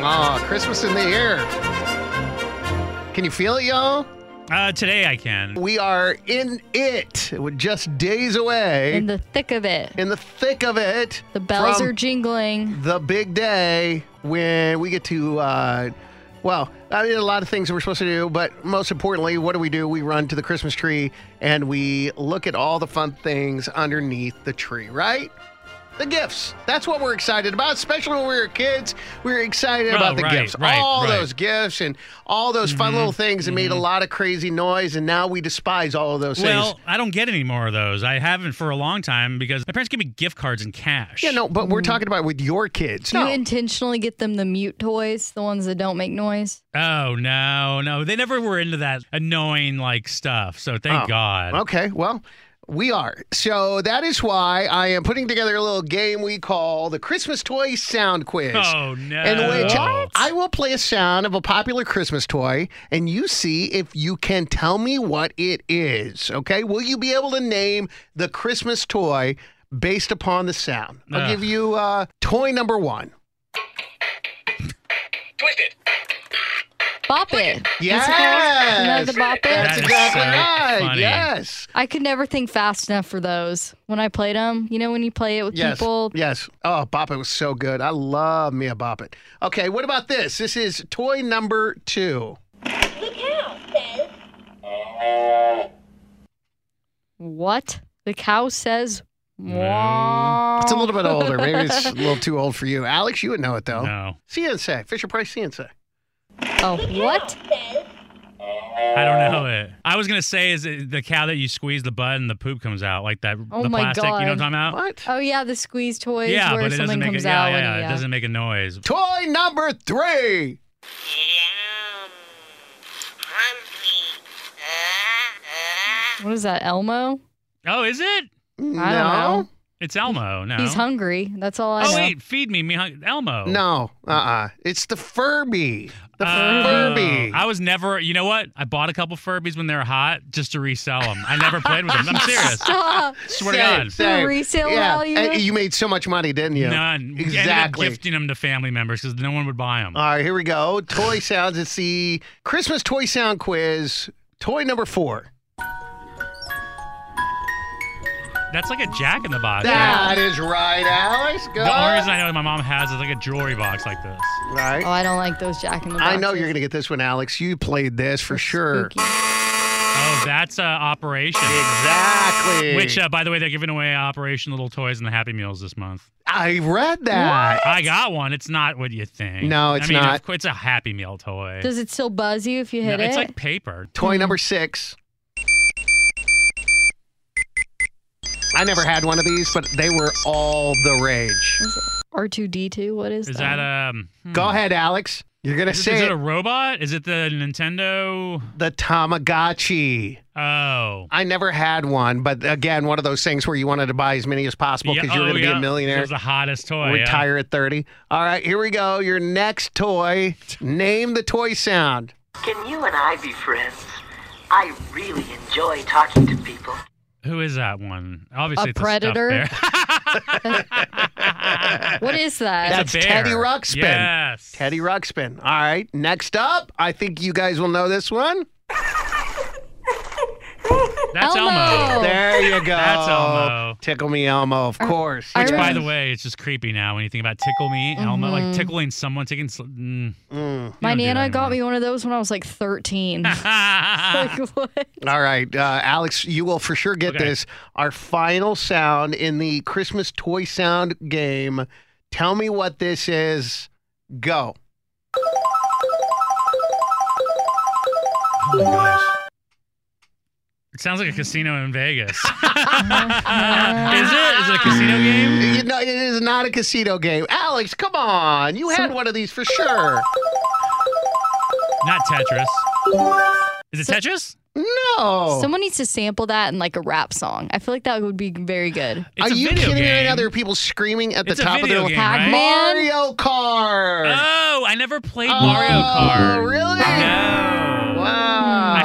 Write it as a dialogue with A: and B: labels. A: Aw, Ah, Christmas in the air. Can you feel it, y'all?
B: Uh, today I can.
A: We are in it. We're just days away.
C: in the thick of it.
A: in the thick of it.
C: The bells
A: from
C: are jingling.
A: the big day when we get to, uh, well, I mean, a lot of things that we're supposed to do, but most importantly, what do we do? We run to the Christmas tree and we look at all the fun things underneath the tree, right? The gifts. That's what we're excited about, especially when we were kids. We were excited
B: Oh,
A: about the
B: right,
A: gifts.
B: right,
A: all
B: right. Mm-hmm,
A: those gifts and all those fun little things that made a lot of crazy noise, and now we despise all of those things.
B: Well, I don't get any more of those. I haven't for a long time because my parents give me gift cards and cash.
A: Yeah, no, but we're
B: mm-hmm.
A: talking about with your kids.
C: Do
A: No.
C: you intentionally get them the mute toys, the ones that don't make noise?
B: Oh no, no, they never were into that annoying like stuff. So thank
A: Oh,
B: God.
A: Okay, well, we are. So that is why I am putting together a little game we call the Christmas Toy Sound Quiz.
B: Oh no.
A: In which I will play a sound of a popular Christmas toy, and you see if you can tell me what it is. Okay? Will you be able to name the Christmas toy based upon the sound? I'll
B: Ugh.
A: give you uh, toy number one.
D: Twisted.
C: Bop it.
A: Yes,
C: Is it called- Isn't that the bop
A: that's
C: it?
B: is
A: exactly
B: so
A: right.
B: funny.
A: Yes,
C: I could never think fast enough for those when I played them. You know, when you play it with
A: Yes.
C: people,
A: Yes. Oh, Bop It was so good. I love Mia Bop It. Okay, what about this? This is toy number two.
E: Look out, says
C: what? The cow says, Mwah.
A: It's a little bit
C: Oh.
A: older. Maybe it's a little too old for you. Alex, you would know it though.
B: No,
A: CNC, Fisher Price CNC.
C: Oh, what?
E: says
B: I don't know it. I was gonna say is it the cow that you squeeze the butt and the poop comes out like that.
C: Oh,
B: the
C: my
B: plastic, you know what
C: God.
B: I'm talking about?
A: What?
C: Oh, yeah, the squeeze toys
B: Yeah,
C: where
B: but it doesn't
C: something
B: make
C: comes
B: a, yeah,
C: out. uh,
B: yeah,
C: and,
B: it doesn't make a noise.
A: Toy number three.
D: Yum. Hungry. Ah, ah.
C: What is that, Elmo?
B: Oh, is it?
A: No.
C: I don't
B: It's Elmo. No.
C: He's hungry. That's all I
B: Oh
C: know.
B: wait, feed me, me hung- Elmo.
A: No. Uh uh It's the Furby. The
B: Oh,
A: Furby.
B: I was never, you know what? I bought a couple Furbies when they were hot just to resell them. I never played with them. I'm serious.
C: Stop.
B: Swear to
A: Same,
B: God.
A: same.
C: resale
A: yeah.
C: value?
A: And you made so much money, didn't you?
B: None. We Ended
A: Exactly. Uh,
B: up gifting them to family members because no one would buy them.
A: All right, here we go. Toy sounds. It's the Christmas toy sound quiz. Toy number four.
B: That's like a jack in the box. right?
A: That is right, Alex. Go.
B: The only reason I know my mom has is like a jewelry box like this.
A: Right.
C: Oh, I don't like those Jack in the Boxes.
A: I know you're going to get this one, Alex. You played this for sure.
C: Spooky.
B: Oh, that's uh, Operation.
A: Exactly.
B: Which, uh, by the way, they're giving away Operation Little Toys and the Happy Meals this month.
A: I read that.
B: I got one. It's not what you think.
A: No, it's
B: I mean,
A: not.
B: of course, It's a Happy Meal toy.
C: Does it still buzz you if you
B: No,
C: hit it?
B: it's like paper.
A: Toy number six. I never had one of these, but they were all the rage.
B: Hmm.
C: R2D2. What is,
B: Is that um? hmm.
A: Go ahead, Alex. You're going to
B: Is, it- is
A: say it.
B: it a robot? Is it the Nintendo?
A: the Tamagotchi.
B: Oh.
A: I never had one, but again, one of those things where you wanted to buy as many as possible because you were
B: oh,
A: going to be
B: yeah.
A: a millionaire.
B: It was the hottest toy. Oh, yeah.
A: retire at 30. All right, here we go. Your next toy. Name the toy sound.
F: Can you and I be friends? I really enjoy talking to people.
B: Who is that one? Obviously,
C: A
B: it's
C: predator?
B: A stuffed bear.
C: that? What is that?
A: That's
B: It's a bear.
A: Teddy Ruxpin.
B: Yes.
A: Teddy Ruxpin. All right, next up, I think you guys will know this one.
B: That's Elmo.
C: Elmo.
A: There you go.
B: That's Elmo.
A: Tickle Me Elmo, of course.
C: I
A: Which-
B: By the way, it's just creepy now when you think about tickle me, Elmo, like
C: Mm-hmm.
B: tickling someone, taking. Sl- mm.
A: Mm.
C: My
B: You don't do
C: nana
B: that
C: got me one of those when I was like 13. like, what?
A: All right, uh, Alex, you will for sure get
B: Okay.
A: this. Our final sound in the Christmas toy sound game. Tell me what this is. Go.
B: Oh my gosh. It sounds like a casino in Vegas.
C: Uh-huh.
B: Is it? Is it a casino game?
A: You know, it is not a casino game. Alex, come on. You had one of these for sure.
B: Not Tetris. Is it Tetris?
A: No.
C: Someone needs to sample that in like a rap song. I feel like that would be very good.
B: It's
A: Are
B: a
A: you
B: video
A: kidding me right
B: game.
A: now? There are people screaming at the
B: It's a
A: top of their
B: video game, right?
C: Pac-Man.
A: Mario Kart.
B: Oh, I never played Mario Kart.
A: Oh, really?
B: No.
A: Wow.
B: I